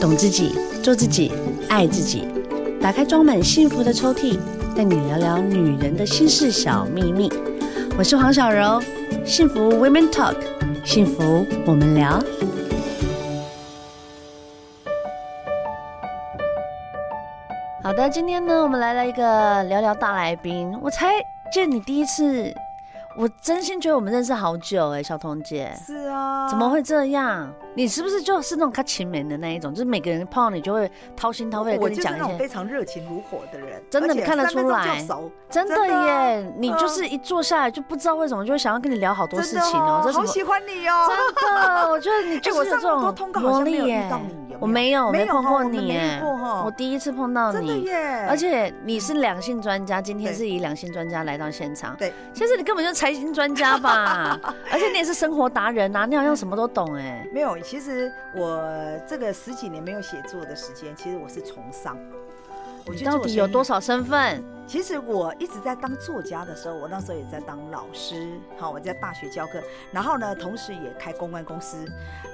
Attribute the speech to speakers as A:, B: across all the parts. A: 懂自己，做自己，爱自己。打开装满幸福的抽屉，带你聊聊女人的心事小秘密。我是黄小柔，幸福 Women Talk，幸福我们聊。好的，今天呢，我们来了一个聊聊大来宾。我才见你第一次，我真心觉得我们认识好久哎、小彤姐。
B: 是啊，
A: 怎么？会这样？你是不是就是那种看情人的那一种？就是每个人碰到你就会掏心掏肺的
B: 我
A: 跟你
B: 就是
A: 讲
B: 那
A: 一
B: 种
A: 些。
B: 非常热情如火的人，
A: 真的
B: 而且
A: 你看得
B: 三分
A: 出
B: 钟就
A: 来
B: 熟
A: 真的
B: 真的啊
A: 耶，你就是一坐下来就不知道为什么就会想要跟你聊好多
B: 真
A: 事
B: 的
A: 情哦，这
B: 好
A: 是
B: 喜欢你 哦。
A: 真的，我觉得你就
B: 我
A: 是有
B: 上
A: 这
B: 那么多
A: 种
B: 通告好
A: 魔
B: 像没
A: 力
B: 有遇
A: 耶
B: 到你有没。有
A: 我没有，我
B: 没
A: 没
B: 有
A: 碰
B: 哦
A: 过
B: 我们
A: 你
B: 没
A: 耶
B: 遇过哦，
A: 我第一次碰到
B: 真的
A: 你，
B: 耶！
A: 而且你是两性专家，今天
B: 对
A: 是以两性专家来到现场。
B: 对，
A: 其实你根本就是财经专家 吧，而且你也是生活达人啊，你好像什么都懂哎。
B: 没有，其实我这个十几年没有写作的时间，其实我是从商。我
A: 你
B: 去
A: 到
B: 做
A: 底
B: 生
A: 有
B: 意
A: 多？少身份？
B: 其实我一直在当作家的时候，我那时候也在当老师，好，我在大学教课，然后呢，同时也开公关公司，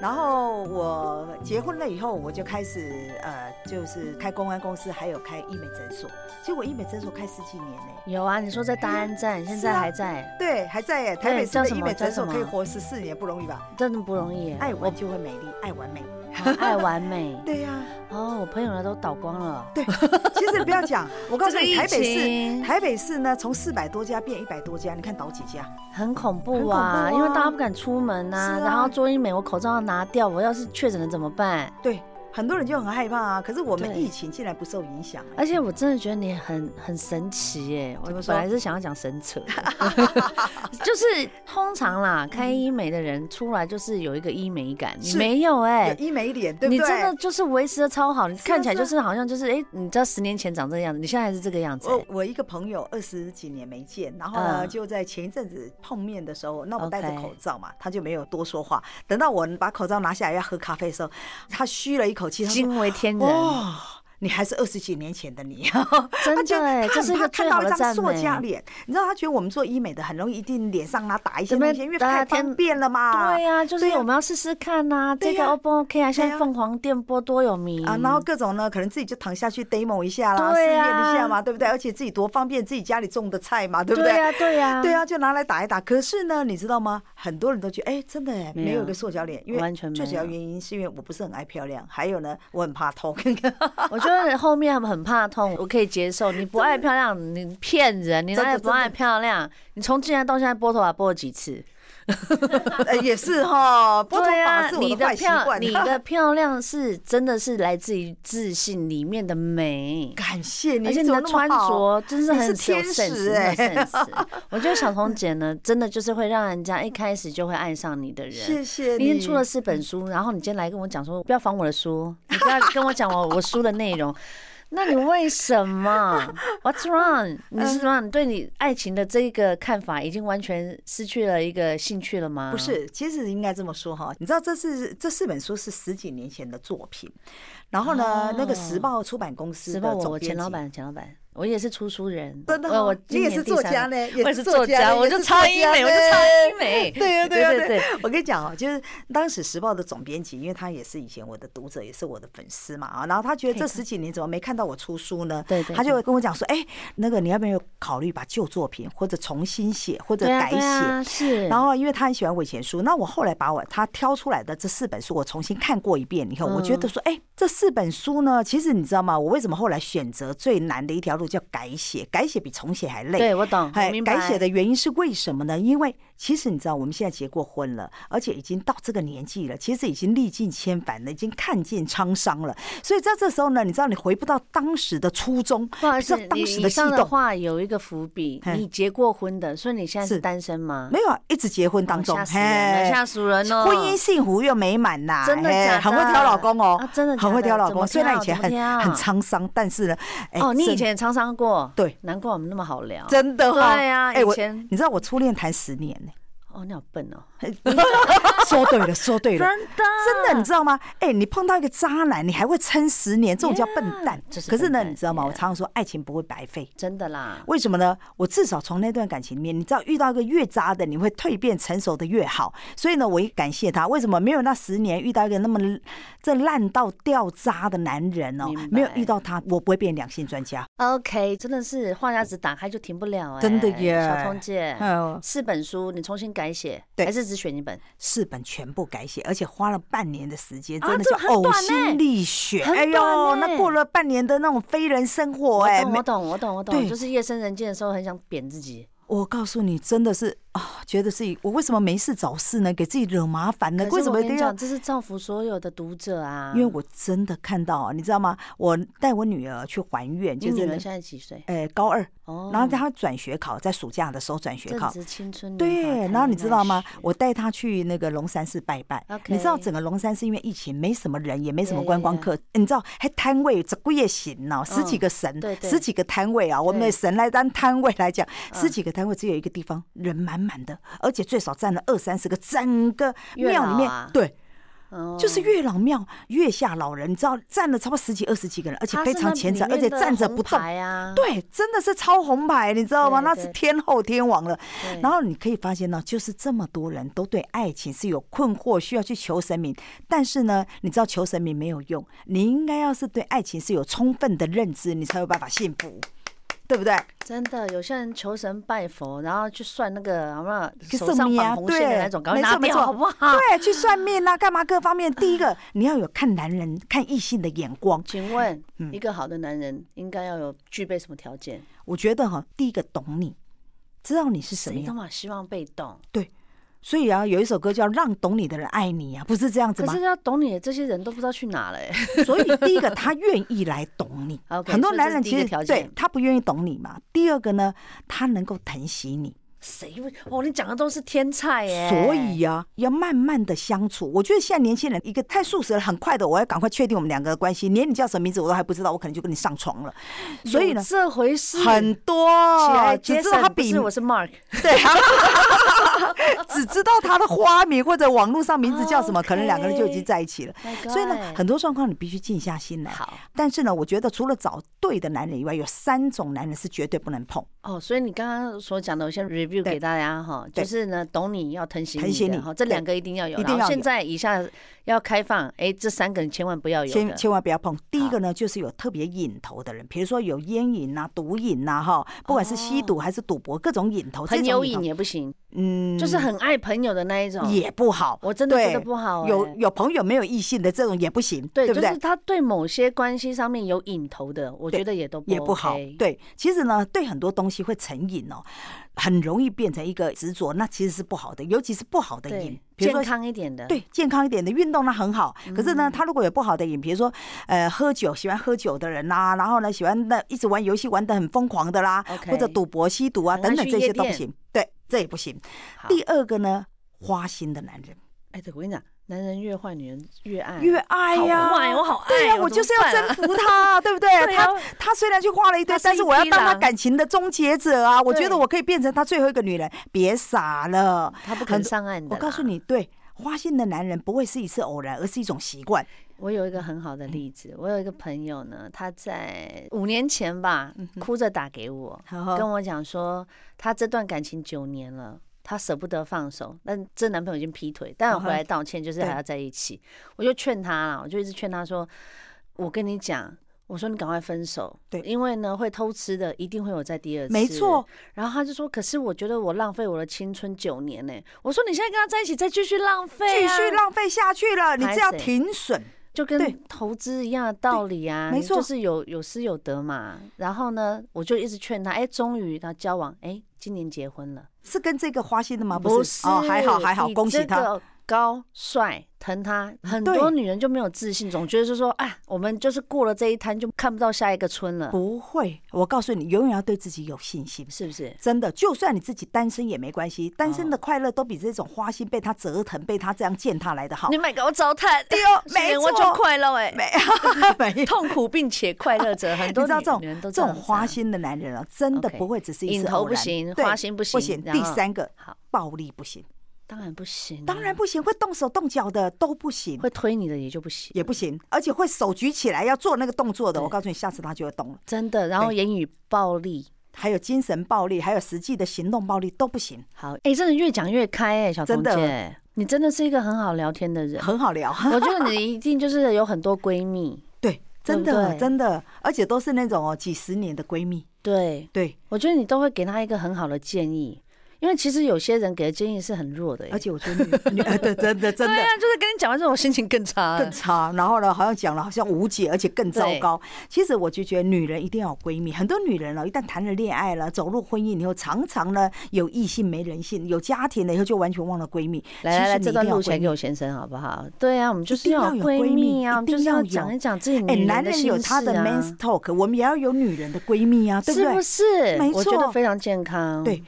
B: 然后我结婚了以后，我就开始呃，就是开公关公司，还有开医美诊所。其实我医美诊所开十几年呢、
A: 有啊，你说在大安
B: 哎
A: 站，现
B: 啊
A: 在还在，
B: 对，还在耶、台
A: 对
B: 北市
A: 叫
B: 的
A: 哦什
B: 医
A: 么
B: 美
A: 叫
B: 诊所
A: 什么
B: 可以活十四年，不容易吧？
A: 真的不容易耶。
B: 爱
A: 我
B: 玩就会美丽，爱完美。
A: 好爱完美
B: 对呀、
A: 哦，我朋友呢都倒光了。
B: 其实不要讲，我告诉你，
A: 这个
B: 台
A: 疫
B: 北市
A: 情
B: 台北市呢，从四百多家变一百多家，你看倒几家？
A: 很恐
B: 很
A: 怖
B: 恐怖
A: 啊，
B: 啊
A: 因为大家不敢出门呐、
B: 是啊
A: 然后做医美，我口罩要拿掉，我要是确诊了怎么办？
B: 对，很多人就很害怕啊。可是我们
A: 对
B: 疫情竟然不受影响、欸，
A: 而且我真的觉得你很很神奇耶！我
B: 怎么说
A: 本来是想要讲神 扯 的，就是通常啦，开医美的人出来就是有一个医美感，你
B: 嗯是
A: 没有哎、
B: 有医美脸，对不
A: 你
B: 对？
A: 真的就是维持的超好，你
B: 是啊
A: 看起来
B: 是
A: 就
B: 啊
A: 是好像就是哎、诶你知道十年前长这个样子，你现在还是这个样子、哎
B: 我
A: 诶
B: 我一个朋友二十几年没见，然后呢、
A: 嗯
B: 就在前一阵子碰面的时候，那我戴着
A: OK
B: 口罩嘛，他就没有多说话。等到我把口罩拿下来要喝咖啡的时候，他吁了一口气，他说
A: 惊为天：“人，
B: 哦，你还是二十几年前的你。” 他
A: 真
B: 觉
A: 的
B: 得
A: 哎、
B: 他
A: 这
B: 很
A: 是一
B: 怕
A: 个
B: 看
A: 最
B: 到
A: 好
B: 一
A: 的
B: 张
A: 赞
B: 塑胶
A: 美。
B: 脸，你知道他觉得我们做医美的很容易一定脸上啊打一些
A: 怎么
B: 那些，因为
A: 大家
B: 太方
A: 天
B: 便了嘛。
A: 对呀、就是
B: 啊对呀
A: 我们要试试看呐、这
B: 对
A: 个
B: 呀
A: O 不 OK 啊？现在
B: 对呀
A: 凤凰电波多有名
B: 啊，然后各种呢，可能自己就躺下去 demo 一下啦，
A: 嗯
B: 试
A: 对
B: 验
A: 啊
B: 一下嘛，对不对？而且自己多方便，自己家里种的菜嘛，对不
A: 对
B: 对？
A: 呀、对呀、
B: 对啊，就拿来打一打。可是呢，你知道吗？很多人都觉得，哎，真的耶
A: 没有
B: 没有一个塑胶脸，因为
A: 完全没有
B: 最主要原因是因为我不是很爱漂亮，还有呢，我很怕痛。
A: 我觉得后面很怕痛，我可以接受。你不爱漂亮，你骗人，你
B: 真的
A: 哪里不
B: 真的
A: 爱漂亮？你从进来到现在拨头发拨了几次？
B: 呃，也是哈，拨头
A: 对
B: 发
A: 啊，
B: 是
A: 你
B: 我的坏习
A: 漂
B: 惯。
A: 你的漂亮是真的是来自于自信里面的美。
B: 感谢你，
A: 而且哎你的
B: 怎么那么
A: 穿
B: 好
A: 着真是
B: 你
A: 很
B: 是
A: 有
B: 天
A: sense，
B: 使
A: 很
B: 哎
A: 有 sense。我觉得小彤姐呢，真的就是会让人家一开始就会爱上你的人。
B: 谢谢
A: 你已
B: 你
A: 经出了四本书，然后你今天来跟我讲说，不要仿我的书，你不要跟我讲我我书的内容。 那你为什么？What's wrong？你
B: 嗯
A: 是什么？你对你爱情的这个看法已经完全失去了一个兴趣了吗？
B: 不，是，其实应该这么说哈，你知道这是这四本书是十几年前的作品，然后呢，那个时报出版公司
A: 哦时
B: 的
A: 报我
B: 总
A: 我
B: 编
A: 前
B: 辑
A: 老板前老板，我也是出书人，
B: 真的
A: 我我
B: 哦你
A: 今
B: 也
A: 年
B: 是
A: 第
B: 作
A: 三
B: 家呢也
A: 我也是
B: 是作
A: 作
B: 家
A: 家，
B: 呢
A: 我
B: 也
A: 就是超
B: 作
A: 医
B: 家
A: 美，我就
B: 呢
A: 超医美，
B: 对呀、对呀、
A: 对
B: 对
A: 对啊
B: 我跟你讲哦，就是当时《时报》的总编辑，因为他也是以前我的读者，也是我的粉丝嘛啊，然后他觉得这十几年怎么没看到我出书呢？
A: 对对
B: 他就跟我讲说，哎、那个你要不要考虑把旧作品或者重新写或者
A: 对啊
B: 改写？
A: 对啊，是，
B: 然后，因为他很喜欢我以前书，那我后来把我他挑出来的这四本书，我重新看过一遍以后，
A: 嗯
B: 我觉得说，哎、这四本书呢，其实你知道吗？我为什么后来选择最难的一条路叫改写？改写比重写还累。
A: 对我懂，我
B: 哎
A: 明白
B: 改写的原因是为什么呢？因为其实你知道，我们现在结过婚了，而且已经到这个年纪了，其实已经历尽千帆了，已经看尽沧桑了。所以在这时候呢，你知道你回不到当时的初衷，
A: 不好意思
B: 不知，道
A: 你
B: 当时
A: 以
B: 的悸
A: 上的
B: 动。
A: 话有一个伏笔，
B: 嘿
A: 你结过婚的，所以你现在是
B: 是
A: 单身吗？
B: 没有啊，一直结婚当
A: 哦
B: 中，
A: 吓死人了，
B: 嘿
A: 吓死人了！哎
B: 婚姻幸福又美满呐、
A: 真的
B: 嘿
A: 假的
B: 很会挑老公哦，
A: 啊真的假的
B: 很会挑老
A: 怎么
B: 公。虽然
A: 挑
B: 以前
A: 怎么
B: 很
A: 挑
B: 很沧桑，但是呢，哎
A: 哦，你以
B: 真
A: 前也沧桑过，
B: 对，
A: 难怪我们那么好聊。
B: 真的哈、哦
A: 对啊
B: 哎我
A: 以前
B: 你知道我初恋谈十年呢、
A: 哦，你好笨哦，
B: 说对了，说对
A: 的
B: 了。真的，你知道吗？哎、你碰到一个渣男，你还会撑十年，这种叫笨蛋
A: 啊 Yeah，这。是
B: 可是
A: 笨
B: 呢，
A: 蛋啊
B: 你知道吗？我
A: yeah
B: 常常说，爱情不会白费。
A: 真的啦，
B: 为什么呢？我至少从那段感情里面，你知道遇到一个越渣的，你会蜕变成熟的越好。所以呢，我也感谢他。为什么没有那十年遇到一个那么这烂到掉渣的男人哦
A: 明白？
B: 没有遇到他，我不会变两性专家。
A: OK，真的是话匣子打开就停不了哎、
B: 真的耶
A: 小彤姐，
B: 嗯，
A: 四本书你重新改写，
B: 对
A: 还是只选一本？
B: 四本全部改写，而且花了半年的时间，
A: 啊
B: 真的
A: 这
B: 叫
A: 很
B: 呕
A: 短欸
B: 心沥血。
A: 很
B: 哎呦
A: 短，欸
B: 那过了半年的那种非人生活，哎，
A: 我
B: 没
A: 懂，我懂，我懂，我懂，
B: 对
A: 就是夜深人静的时候很想扁自己，
B: 我告诉你，真的是啊，觉得自己我为什么没事找事呢？给自己惹麻烦呢？
A: 可
B: 为
A: 是
B: 什
A: 我
B: 么一
A: 跟
B: 定
A: 你
B: 要
A: 讲，？这是造福所有的读者啊！
B: 因为我真的看到啊，你知道吗？我带我女儿去还愿，
A: 你
B: 就
A: 女
B: 是
A: 儿
B: 呢
A: 现在几岁？
B: 呃高二，
A: 哦，
B: 然后她转学考，在暑假的时候转学
A: 正
B: 考。
A: 值青春年华，
B: 对，
A: 谈
B: 然后你
A: 恋
B: 知
A: 爱
B: 道吗
A: 时？
B: 我带她去那个龙山寺拜拜。你知道
A: OK
B: 整个龙山寺因为疫情没什么人，也没什么
A: Yeah,
B: 观光
A: yeah,
B: 客，你知道还摊位这贵也行呢，十几
A: 嗯
B: 个神
A: 对，对
B: 十几个摊位啊。我们
A: 对嗯
B: 的神来当摊位来讲，十几个摊位只有一个地方人满满的，而且最少占了二三十个，整个
A: 月
B: 庙里
A: 老
B: 面
A: 啊
B: 对。
A: 哦
B: 就是月老庙月下老人，你知道站了差不多十几二十几个人，而且
A: 她
B: 非
A: 是
B: 常
A: 那
B: 虔
A: 里
B: 诚，而
A: 面
B: 且
A: 的
B: 站着
A: 红
B: 不动。
A: 牌啊，
B: 对，真的是超红牌，你知道吗？
A: 对
B: 那
A: 对
B: 是天后天王了。
A: 对
B: 然后你可以发现呢，就是这么多人都对爱情是有困惑，需要去求神明。但是呢，你知道求神明没有用，你应该要是对爱情是有充分的认知，你才有办法幸福，对不对？
A: 真的，有些人求神拜佛，然后去算那个好不好
B: 去
A: 手
B: 算
A: 上
B: 命
A: 绑
B: 啊，
A: 红
B: 对，
A: 线的那种，赶快
B: 没
A: 拿
B: 错没
A: 掉，
B: 错，
A: 好不好？
B: 对，去算命啦、干嘛各方面。第一个，你要有看男人、看异性的眼光。
A: 请问，
B: 嗯
A: 一个好的男人应该要有具备什么条件？
B: 我觉得哈，第一个懂你，知道你是什么
A: 谁都
B: 样。
A: 嘛希望被懂，
B: 所以啊，有一首歌叫《让懂你的人爱你》啊，不是这样子
A: 可
B: 吗
A: 是？要懂你的这些人都不知道去哪了、欸。。
B: 所以第一个，他愿意来懂你
A: OK，
B: 很多
A: 所以这
B: 男
A: 是
B: 人
A: 第一
B: 其
A: 个
B: 实
A: 条
B: 对
A: 件
B: 他不愿意懂你嘛。第二个呢，他能够疼惜你。
A: 谁会？哦，你讲的都是天菜欸耶、
B: 所以呀、要慢慢的相处。我觉得现在年轻人一个太速食了，很快的，我要赶快确定我们两个的关系，连你叫什么名字我都还不知道，我可能就跟你上床了。所以呢
A: 有，这回事
B: 很
A: 起来
B: 多只
A: 杰
B: 知道他
A: 森不
B: 笔
A: 是，我是 Mark，
B: 对，啊 只知道他的花名或者网络上名字叫什么，可能两个人就已经在一起了。所以呢，很多状况你必须静下心来。
A: 好
B: 但是呢，我觉得除了找对的男人以外，有三种男人是绝对不能碰。
A: 哦。所以你刚刚所讲的，我先 review
B: 对
A: 给大家哈，就
B: 对
A: 是呢，懂你要疼惜
B: 疼惜
A: 你的
B: 你
A: 哈，这
B: 对
A: 两个一定要有。
B: 一定
A: 然后
B: 要有
A: 现在以下要开放，哎，这三个你千万不要有的
B: 千千万不要碰。第一个呢，就是有特别瘾头的人，比如说有烟瘾呐、毒瘾呐，哈，不管是吸毒还是赌博，各种瘾头。这
A: 朋
B: 种
A: 友哦瘾
B: 头，
A: 也不行，
B: 嗯，
A: 就是很爱朋友的那一种。
B: 也不好。
A: 我真的觉得
B: 对
A: 不好哎
B: 有有朋友没有异性的这种也不行，对不
A: 就
B: 对
A: 是？他对某些关系上面有瘾头的，我觉得也都不、OK、哦
B: 也不好。对，其实呢，对很多东西会成瘾哦，很容易变成一个执着，那其实是不好的，尤其是不好的瘾
A: 对，，
B: 比
A: 健
B: 如说。
A: 康一点的，嗯
B: 对健康一点的运动那很好，可是呢，他如果有不好的瘾，比如说，呃，喝酒喜欢喝酒的人啦、然后呢，喜欢那一直玩游戏玩的很疯狂的啦
A: OK
B: 或者赌博、吸毒啊
A: 很爱
B: 等等
A: 去
B: 这
A: 夜
B: 些都不
A: 店
B: 行，对，这也不行。
A: 好，
B: 第二个呢，花心的男人
A: 哎，对我跟你讲，男人越坏，女人越爱，
B: 越爱呀、
A: 好坏我好爱
B: 对呀、
A: 哦
B: 哎我
A: 怎
B: 就
A: 么
B: 是要
A: 办
B: 征
A: 啊
B: 服 他，对不对？
A: 对啊
B: 他他虽然去花了一堆
A: 他，是
B: 但是
A: 一
B: 我要
A: 匹
B: 当他
A: 狼
B: 感情的终结者啊！我觉
A: 对
B: 得我可以变成他最后一个女人，别傻了。
A: 他不肯上岸的。
B: 我告诉，你，对花心的男人不会是一次偶然，而是一种习惯。
A: 我有一个很好的例子，我有一个朋友呢，他在五年前吧，
B: 嗯
A: 哭着打给我，
B: 好好
A: 跟我讲说，他这段感情九年了。他舍不得放手，但这男朋友已经劈腿，但我
B: 嗯哼
A: 回来道歉，就是
B: 对
A: 还要在一起。我就劝他啦，我就一直劝他说：“我跟你讲，我说你赶快分手，
B: 对
A: 因为呢会偷吃的，一定会有在第二次。”
B: 没错。，
A: 然后他就说：“可是我觉得我浪费我的青春九年呢、我说：“你现在跟他在一起，再继续浪费、
B: 继
A: 啊，
B: 续浪费下去了，你
A: 拍
B: 这要
A: 谁
B: 停损。
A: 就
B: 对
A: 跟投资一样的道理啊，
B: 没
A: 你就
B: 错
A: 是有有失有得嘛。然后呢，我就一直劝他，哎、终于他交往，哎、今年结婚了，
B: 是跟这个花心的吗？
A: 是
B: 哦，还好还好，
A: 比
B: 恭喜
A: 这
B: 他。
A: 个高帅疼他，很
B: 对
A: 多女人就没有自信，总觉得就说，哎，我们就是过了这一摊就看不到下一个村了，
B: 不会，我告诉你，永远要对自己有信心。
A: 是不是？
B: 真的，就算你自己单身也没关系，单身
A: 哦
B: 的快乐都比这种花心被他折腾、被他这样践踏来的好
A: 你。买给我糟蹋，
B: 对哦
A: 是
B: 没
A: 我就
B: 错
A: 快乐哎、
B: 没没有。
A: 痛苦并且快乐着，很
B: 你
A: 多
B: 知道
A: 女
B: 这种
A: 女人都
B: 这种
A: 样子啊
B: 花心的男人啊，真的
A: OK
B: 不会只是一
A: 瘾
B: 次
A: 头
B: 偶
A: 不
B: 然。
A: 行
B: 对
A: 花心不
B: 不
A: 行
B: 行。
A: 然
B: 第
A: 后
B: 三个
A: 好，嗯
B: 暴力不行，
A: 当然不行啊、
B: 当然不行，会动手动脚的都不行，
A: 会推你的也就不行，
B: 也不行，而且会手举起来要做那个动作的，
A: 对
B: 我告诉你，下次他就会动了。
A: 真的。然后
B: 对
A: 言语暴力，
B: 还有精神暴力，还有实际的行动暴力都不行，
A: 好，哎、真的越讲越开哎、小
B: 真
A: 彤
B: 的
A: 姐，你真的是一个很好聊天的人。
B: 很好聊。
A: 我觉得你一定就是有很多闺蜜，
B: 对，真
A: 对
B: 的
A: 不对
B: 真的，而且都是那种哦几十年的闺蜜。
A: 对
B: 对，
A: 我觉得你都会给她一个很好的建议，因为其实有些人给的建议是很弱的、欸，
B: 而且我觉得 女女呃对真的啊真
A: 对
B: 的
A: 啊，就是跟你讲完之后，我心情更差、啊
B: 更差，然后呢，好像讲了好像无解，而且更糟
A: 对
B: 糕。其实我就觉得女人一定要有闺蜜，很多女人哦呢、一旦谈了恋爱了，走入婚姻以后，常常呢有异性没人性，有家庭了以后就完全忘了闺蜜。
A: 来
B: 其
A: 来
B: 实
A: 来，
B: 你
A: 这
B: 一
A: 段
B: 定要
A: 录起来
B: 闺
A: 给我先生好不好？对啊，我们就是要
B: 一定
A: 有
B: 要有
A: 闺蜜啊，
B: 闺蜜
A: 我们就是
B: 一定要
A: 要
B: 有
A: 讲一讲自己
B: 哎、
A: 女
B: 男
A: 的
B: 人
A: 心
B: 有他
A: 事
B: 的
A: 啊，
B: man's talk，我们也要有女人的闺蜜啊，对不
A: 是不
B: 对？
A: 是？
B: 没
A: 我觉得
B: 错
A: 非常健康。
B: 对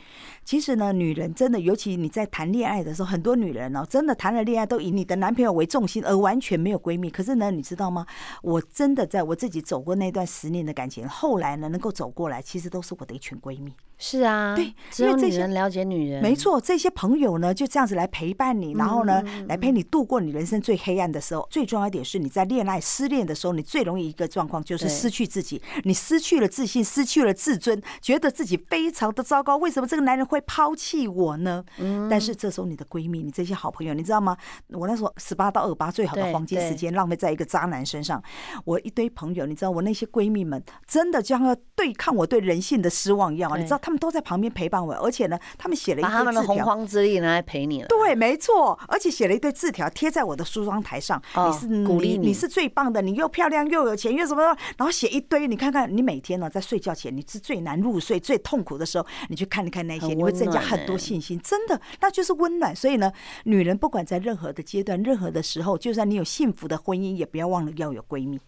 B: 其实呢，女人真的，尤其你在谈恋爱的时候，很多女人哦，真的谈了恋爱都以你的男朋友为重心，而完全没有闺蜜。可是呢，你知道吗？我真的在我自己走过那段十年的感情，后来呢，能够走过来，其实都是我的一群闺蜜。
A: 是啊，
B: 对
A: 只
B: 因为
A: 有
B: 这
A: 女
B: 些
A: 人了解女人，
B: 没错，这些朋友呢就这样子来陪伴你，然后
A: 嗯
B: 呢来陪你度过你人生最黑暗的时候。最重要一点是，你在恋爱失恋的时候，你最容易一个状况就是
A: 对
B: 失去自己，你失去了自信，失去了自尊，觉得自己非常的糟糕。为什么这个男人会抛弃我呢？
A: 嗯
B: 但是这时候你的闺蜜，你这些好朋友，你知道吗？我那时候十八到二八最好的
A: 对
B: 黄金时
A: 对
B: 间浪费在一个渣男身上，我一堆朋友，你知道我那些闺蜜们真的就像要对抗我对人性的失望一样啊！
A: 对
B: 你知道他们都在旁边陪伴我，而且呢，他们写了一
A: 把他
B: 堆
A: 们的
B: 字
A: 洪
B: 条。
A: 荒之力拿来陪你了。
B: 对，没错，而且写了一堆字条贴在我的梳妆台上。
A: 哦
B: 你是
A: 鼓励
B: 你，
A: 你
B: 是最棒的，你又漂亮又有钱又什么，然后写一堆。你看看，你每天呢、在睡觉前，你是最难入睡、最痛苦的时候，你去看一看那些，
A: 很
B: 你会
A: 温
B: 增加
A: 暖
B: 很
A: 欸
B: 多信心。真的，那就是温暖。所以呢，女人不管在任何的阶段、任何的时候，就算你有幸福的婚姻，也不要忘了要有闺蜜，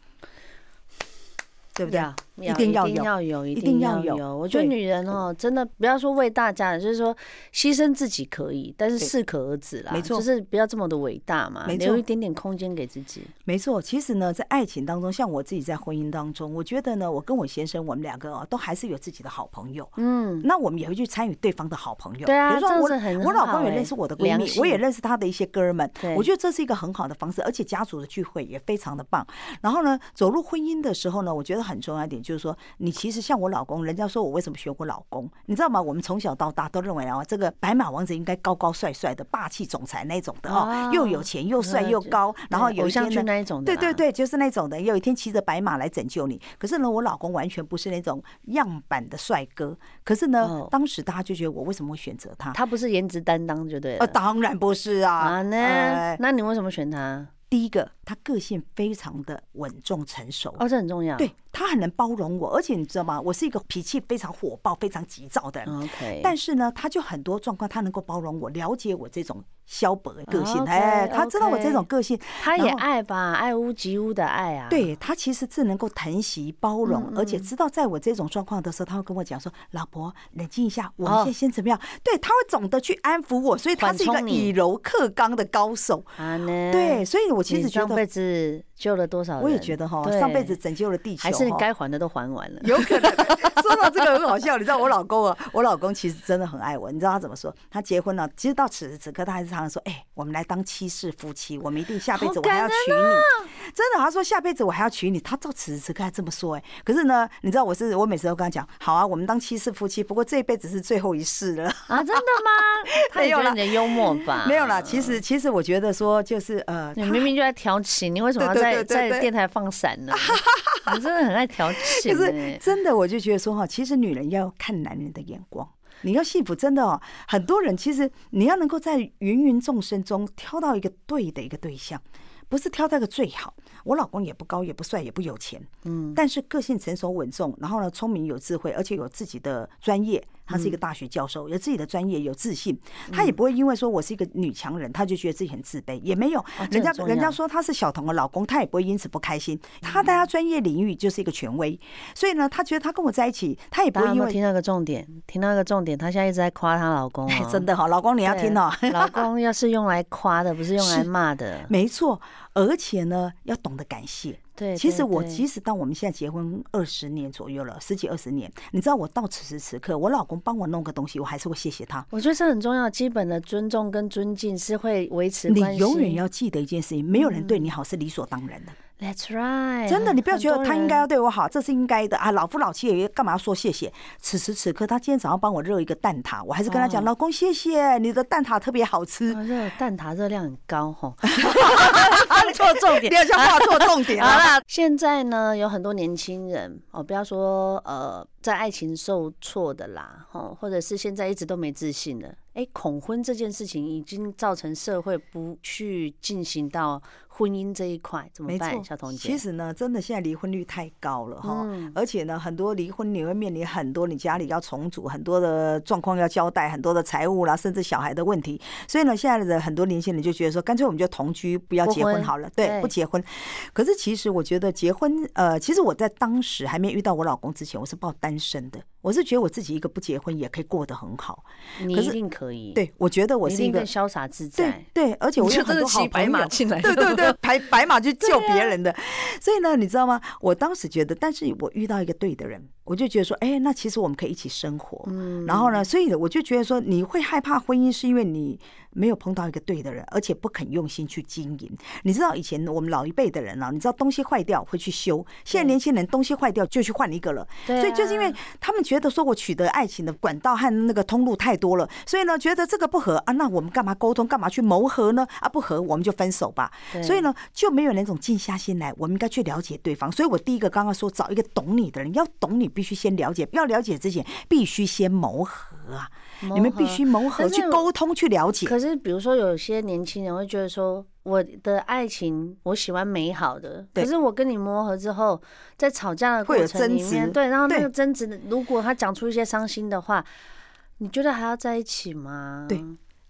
B: 对不对？
A: 要
B: 一
A: 要
B: 定要
A: 一定
B: 有
A: 要有，一
B: 一
A: 定
B: 定要
A: 要
B: 有
A: 有。我觉得
B: 对
A: 女人哦，真的不要说为大家，就是说牺牲自己可以，但是
B: 对
A: 适可而止啦。
B: 没错
A: 就是不要这么的伟大嘛，
B: 没
A: 留
B: 错啊
A: 一点点空间给自己。
B: 没错，其实呢，在爱情当中，像我自己在婚姻当中，我觉得呢，我跟我先生，我们两个、啊、都还是有自己的好朋友。
A: 嗯，
B: 那我们也会去参与对方的好朋友，
A: 对啊
B: 比如说
A: 这样
B: 我
A: 子很
B: 我老
A: 好
B: 公也
A: 欸
B: 认识我的闺
A: 良
B: 蜜，
A: 性
B: 我也认识他的一些哥们
A: 对，
B: 我觉得这是一个很好的方式，而且家族的聚会也非常的棒。然后呢，走入婚姻的时候呢，我觉得很重要一点就是说，你其实像我老公，人家说我为什么选我老公，你知道吗？我们从小到大都认为啊，这个白马王子应该高高帅帅的霸气总裁那种的哦
A: 啊，
B: 又有钱又帅
A: 嗯
B: 又
A: 就
B: 高，然后
A: 对
B: 有
A: 偶
B: 一天
A: 像
B: 呢
A: 剧那一种的
B: 对
A: 啦，
B: 对对，就是那种的，有一天骑着白马来拯救你。可是呢，我老公完全不是那种样板的帅哥。可是呢，
A: 哦
B: 当时大家就觉得我为什么会选择他？
A: 她不是颜值担当就对了。
B: 呃，当然不是啊。
A: 啊呢
B: 呃？
A: 那你为什么选她？
B: 第一个，他个性非常的稳重成熟。
A: 哦，这很重要。
B: 对他很能包容我，而且你知道吗？我是一个脾气非常火爆、非常急躁
A: 哦
B: 的人，
A: ，OK。
B: 但是呢，他就很多状况，他能够包容我，了解我这种消薄的个性，
A: 哦 OK，
B: 哎，他知道我这种
A: OK
B: 个性，
A: 她
B: 然
A: 也
B: 后
A: 爱吧，爱屋及乌的爱啊。，
B: 对他其实是能够疼惜、包容，
A: 嗯
B: 而且知道在我这种状况的时候，他会跟我讲说：“老婆，冷静一下，我们
A: 哦
B: 现在先怎么样？”对，他会懂得去安抚我，所以他
A: 缓
B: 是一个
A: 冲你
B: 以柔克刚的高手。
A: 啊呢？
B: 对，，所以我其
A: 你
B: 实觉
A: 上辈
B: 得，
A: 子救了多少人？
B: 我也觉得哈，
A: 对
B: 上辈子拯救了地球，
A: 还是你
B: 哈
A: 该还的都还完了。
B: 有可能。 说到这个很好笑，你知道我老公啊，我老公其实真的很爱我。你知道他怎么说？他结婚了，其实到此时此刻，他还是常常说：“哎、我们来当七世夫妻，我们一定下辈子
A: 好
B: 我还要
A: 感哦
B: 娶你。真的，他说下辈子我还要娶你。他到此时此刻还这么说、哎，可是呢，你知道我是我每次都跟他讲，好啊，我们当七世夫妻，不过这一辈子是最后一世了。
A: 啊，真的 吗？他
B: 没
A: 也
B: 有
A: 觉得
B: 啦
A: 你的幽默吧？
B: 没有啦，其实其实我觉得说就是呃，
A: 你
B: 他
A: 明明就在调情，你为什么要
B: 对
A: 在
B: 对对对对
A: 在电台放闪 呢？你真的很爱调情
B: 可是
A: 欸，
B: 真的，我就觉得说哈，其实女人要看男人的眼光。你要幸福，真的哦，很多人其实你要能够在芸芸众生中挑到一个对的一个对象，不是挑到一个最好。我老公也不高，也不帅，也不有钱，嗯，但是个性成熟稳重，然后呢，聪明有智慧，而且有自己的专业。他是一个
A: 嗯
B: 大学教授，有自己的专业，有自信。他也不会因为说我是一个女强人，他就觉得自己很自卑，也没有。
A: 哦这
B: 人家
A: 很重
B: 人家
A: 要
B: 说他是小童的老公，他也不会因此不开心。他
A: 嗯
B: 在他专业领域就是一个权威，所以呢，他觉得他跟我在一起，他也不
A: 大家
B: 会
A: 有没
B: 因
A: 有
B: 为
A: 听到一个重点？听到一个重点，她现在一直在夸她老公
B: 哎
A: 哦，
B: 真的哈，老公 你
A: 你
B: 要听哦，
A: 老公要是用来夸的，不是用来
B: 是
A: 骂的。
B: 没错。而且呢，要懂得感谢。
A: 对，
B: 其实
A: 对
B: 我
A: 对
B: 即使到我们现在结婚二十年左右了，十几二十年，你知道我到此时此刻，我老公帮我弄个东西，我还是会谢谢他。
A: 我觉得这很重要，基本的尊重跟尊敬是会维持
B: 你
A: 关系。嗯
B: 永远要记得一件事情，没有人对你好是理所当然的。
A: That's right，
B: 真的，
A: 哎很
B: 你不要觉得他应
A: 很多人
B: 该。要对我好，这是应该的啊。老夫老妻也干嘛要说谢谢？此时此刻，他今天早上帮我热一个蛋挞，我还是跟他讲，
A: 哦
B: 老公谢谢，你的蛋挞特别好吃。
A: 哦，热蛋挞热量很高 哈，放错重点
B: 第。二项话做重点
A: 好
B: 啊。
A: 啦，现在呢有很多年轻人哦，不要说呃在爱情受挫的啦，哦，或者是现在一直都没自信了。哎，恐婚这件事情已经造成社会不去进行到婚姻这一块，怎么
B: 没
A: 办？
B: 错
A: 小，彤姐，
B: 其实呢，真的现在离婚率太高了哈，
A: 嗯
B: 而且呢，很多离婚你会面临很多你家里要重组，很多的状况要交代，很多的财务啦，甚至小孩的问题。所以呢，现在的很多年轻人就觉得说，干脆我们就同居，不要
A: 不
B: 结婚
A: 婚
B: 好了，对，
A: 对
B: 不结婚。可是其实我觉得结婚，呃，其实我在当时还没遇到我老公之前，我是抱单身的，我是觉得我自己一个不结婚也可以过得很好。
A: 你
B: 可
A: 一
B: 是
A: 定可以，，
B: 对，我觉得我
A: 一
B: 是一
A: 定
B: 个
A: 更。潇洒自
B: 对
A: 在。
B: 对，而且
A: 你
B: 我
A: 就
B: 有
A: 真
B: 很
A: 的
B: 多
A: 骑
B: 好
A: 白
B: 朋
A: 马
B: 友，
A: 进来，
B: 对 对对，，白白马去救别人的。所以呢，你知道吗？我当时觉得，但是我遇到一个对的人，我就觉得说，哎、那其实我们可以一起生活。
A: 嗯
B: 然后呢，所以我就觉得说，你会害怕婚姻，是因为你没有碰到一个对的人，而且不肯用心去经营。你知道以前我们老一辈的人啊，你知道东西坏掉会去修，现在
A: 对
B: 年轻人东西坏掉就去换一个了。
A: 对
B: 所以就是因为
A: 啊
B: 他们觉得说我取得爱情的管道和那个通路太多了，所以呢觉得这个不合啊，那我们干嘛沟通，干嘛去谋合呢？啊，不合我们就分手吧。
A: 对
B: 所以呢就没有那种静下心来，我们应该去了解对方。所以我第一个刚刚说找一个懂你的人，要懂你必须先了解，要了解之前必须先谋合啊，
A: 磨
B: 你们必
A: 合
B: 须谋合
A: 可是
B: 去沟通去了解。
A: 可是，比如说，有些年轻人会觉得说，我的爱情我喜欢美好的，
B: 对
A: 可是我跟你磨合之后，在吵架的
B: 会
A: 过
B: 有
A: 程里
B: 争
A: 面，
B: 执
A: 对，然后那
B: 对
A: 个争执，如果他讲出一些伤心的话，你觉得还要在一起吗？
B: 对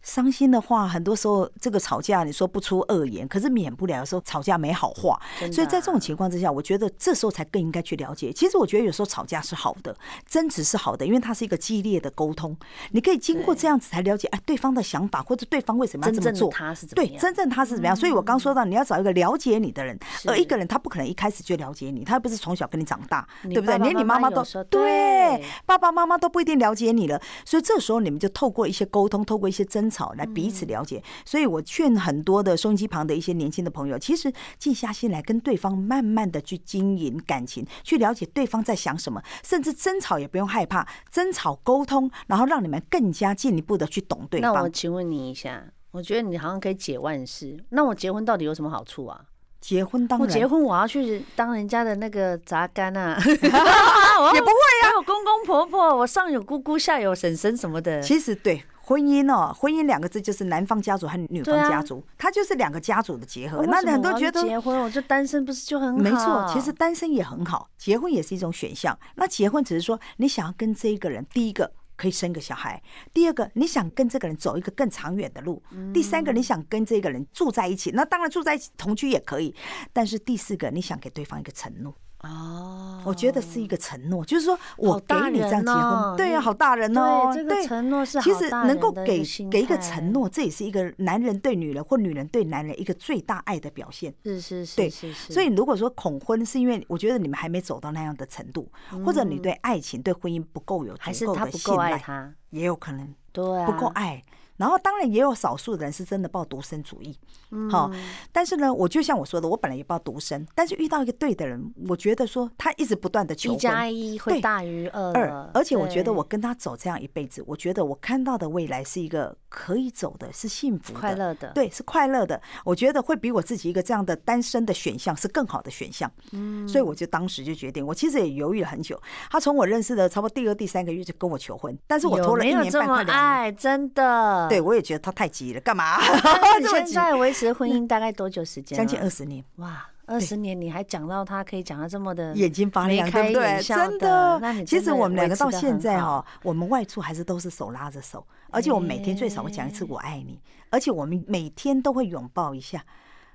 B: 伤心的话，很多时候这个吵架你说不出恶言，可是免不了有时候吵架没好话。
A: 真的啊
B: 所以在这种情况之下，我觉得这时候才更应该去了解。其实我觉得有时候吵架是好的，争执是好的，因为它是一个激烈的沟通，你可以经过这样子才了解哎对方的想法或者对方为什么要
A: 真
B: 这么
A: 正的
B: 做。
A: 他是怎么
B: 对，
A: 样？嗯
B: 真正他是怎么样？所以我刚说到，你要找一个了解你的人，
A: 是
B: 而一个人他不可能一开始就了解你，他又不是从小跟你长大，
A: 你
B: 对不对？
A: 爸爸
B: 连你
A: 妈妈
B: 妈妈都
A: 有时候对
B: 对，爸爸妈妈都不一定了解你了，所以这时候你们就透过一些沟通，透过一些争吵来彼此了解。
A: 嗯
B: 所以我劝很多的收音机旁的一些年轻的朋友，其实静下心来跟对方慢慢的去经营感情，去了解对方在想什么，甚至争吵也不用害怕，争吵沟通，然后让你们更加进一步的去懂对
A: 那我
B: 方。
A: 请问你一下，我觉得你好像可以解万事，那我结婚到底有什么好处啊？
B: 结婚当
A: 我
B: 然
A: 结婚我要去当人家的那个杂干 啊， 也
B: 也不会
A: 啊，我有公公婆婆，我上有姑姑，下有婶婶什么的。
B: 其实对。婚姻哦，婚姻两个字就是男方家族和女
A: 对啊
B: 方家族，它就是两个家族的结合。
A: 为
B: 那
A: 什么
B: 很多
A: 我要
B: 觉
A: 去
B: 得
A: 结婚啊我就单身，不是就很好？
B: 没错，其实单身也很好，结婚也是一种选项。那结婚只是说你想要跟这一个人，第一个可以生个小孩，第二个你想跟这个人走一个更长远的路，
A: 嗯
B: 第三个你想跟这个人住在一起，那当然住在一起同居也可以，但是第四个你想给对方一个承诺，
A: 哦，
B: 我觉得是一个承诺，就是说我
A: 好
B: 给
A: 大
B: 你这样
A: 人
B: 结婚，
A: 哦
B: 对呀、
A: 你
B: 好大人哦，
A: 对这个承诺是
B: 其
A: 好
B: 实
A: 大
B: 能
A: 人
B: 够
A: 的
B: 给
A: 个心
B: 给一个
A: 态
B: 承，诺，这也是一个男人对女人或女人对男人一个最大爱的表现。
A: 是是是
B: 对
A: 是是，
B: 所以如果说恐婚，是因为我觉得你们还没走到那样的程度，或者你对爱情、对婚姻不够有
A: 嗯还
B: 足
A: 是
B: 够
A: 他
B: 的
A: 不
B: 信
A: 够爱
B: 赖，
A: 他，
B: 也有可能
A: 对啊，
B: 不够爱。然后当然也有少数人是真的抱独身主义，
A: 嗯
B: 好、但是呢，我就像我说的，我本来也抱独身，但是遇到一个对的人，我觉得说他一直不断的求
A: 一
B: 婚，
A: 加一会
B: 对
A: 大于二
B: 二
A: 了，，
B: 而且我觉
A: 嗯
B: 得
A: 对
B: 我跟他走这样一辈子，我觉得我看到的未来是一个可以走的，是幸福的
A: 快乐的，
B: 对，是快乐的。我觉得会比我自己一个这样的单身的选项是更好的选项。嗯，所以我就当时就决定，我其实也犹豫了很久。他从我认识的差不多第二、第三个月就跟我求婚，但是我
A: 有
B: 拖了
A: 没
B: 一
A: 有
B: 年
A: 这
B: 半
A: 么
B: 快两年。
A: 爱，真的，
B: 对，。我也觉得他太急了，干嘛
A: 你
B: 这么
A: 现
B: 急？
A: 在维持婚姻大概多久时间啊？
B: 将近二十年，
A: 哇，二十年你还讲到他，可以讲到这么的
B: 眼睛发
A: 嗯眉
B: 亮，
A: 开
B: 对不对？
A: 眼笑
B: 真
A: 的那你
B: 其
A: 真
B: 实
A: 的
B: 我们两
A: 维
B: 个
A: 持
B: 到
A: 得
B: 现
A: 很
B: 在
A: 好
B: 哦，我们外出还是都是手拉着手，而且我们每天最少会讲一次“我爱你”，而且我们每天都会拥抱一下。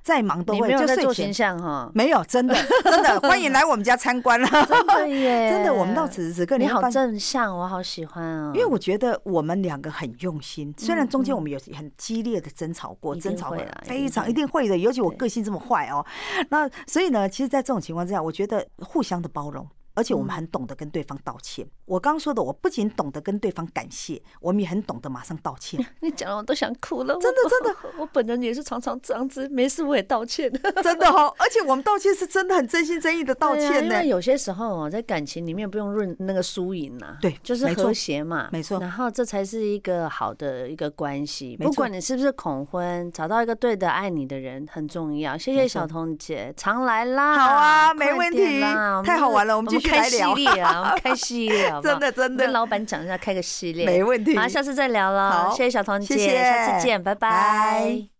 B: 再忙都
A: 你
B: 会
A: 没有
B: 就
A: 在
B: 睡
A: 做
B: 前
A: 形象哈？
B: 没有，真的 真的，欢迎来我们家参观了。
A: 真的耶，
B: 真的，我们到此时此刻，
A: 你
B: 会
A: 好
B: 发现
A: 正向，我好喜欢啊！
B: 因为我觉得我们两个很用心，虽然中间我们有很激烈的争吵过，
A: 嗯一定
B: 争吵
A: 会
B: 过
A: 啦一定
B: 非常
A: 会
B: 一定会的，尤其我
A: 对
B: 个性这么坏哦，那所以呢，其实，在这种情况之下，我觉得互相的包容。而且我们
A: 嗯
B: 很懂得跟对方道歉。我刚说的，我不仅懂得跟对方感谢，我们也很懂得马上 道歉。
A: 你讲了我都想哭了，
B: 真的
A: 我
B: 真的，
A: 我 本人也是常常这样子，没事我也道歉。
B: 真的哦，而且我们道歉是真的很真心真意的道
A: 对啊
B: 歉呢
A: 因。为有些时候哦，在感情里面不用论那个输赢呐，
B: 对
A: 就是
B: 没错
A: 和谐嘛，
B: 没错
A: 然后这才是一个好的一个关系，
B: 没错
A: 不管你是不是恐婚，找到一个对的爱你的人很重要。谢
B: 没
A: 谢
B: 错
A: 小彤姐，常来啦，
B: 好啊没
A: 快
B: 问
A: 点
B: 题
A: 啦
B: 太好玩了我们继续来聊
A: 我们开系列啊， 我们开系列好不好，
B: 真的真的
A: 我跟老板讲一下，开个系列，
B: 没问题
A: 好，下次再聊了，
B: 好
A: 谢谢小彤姐，
B: 谢谢
A: 下次见，拜
B: 拜
A: 拜。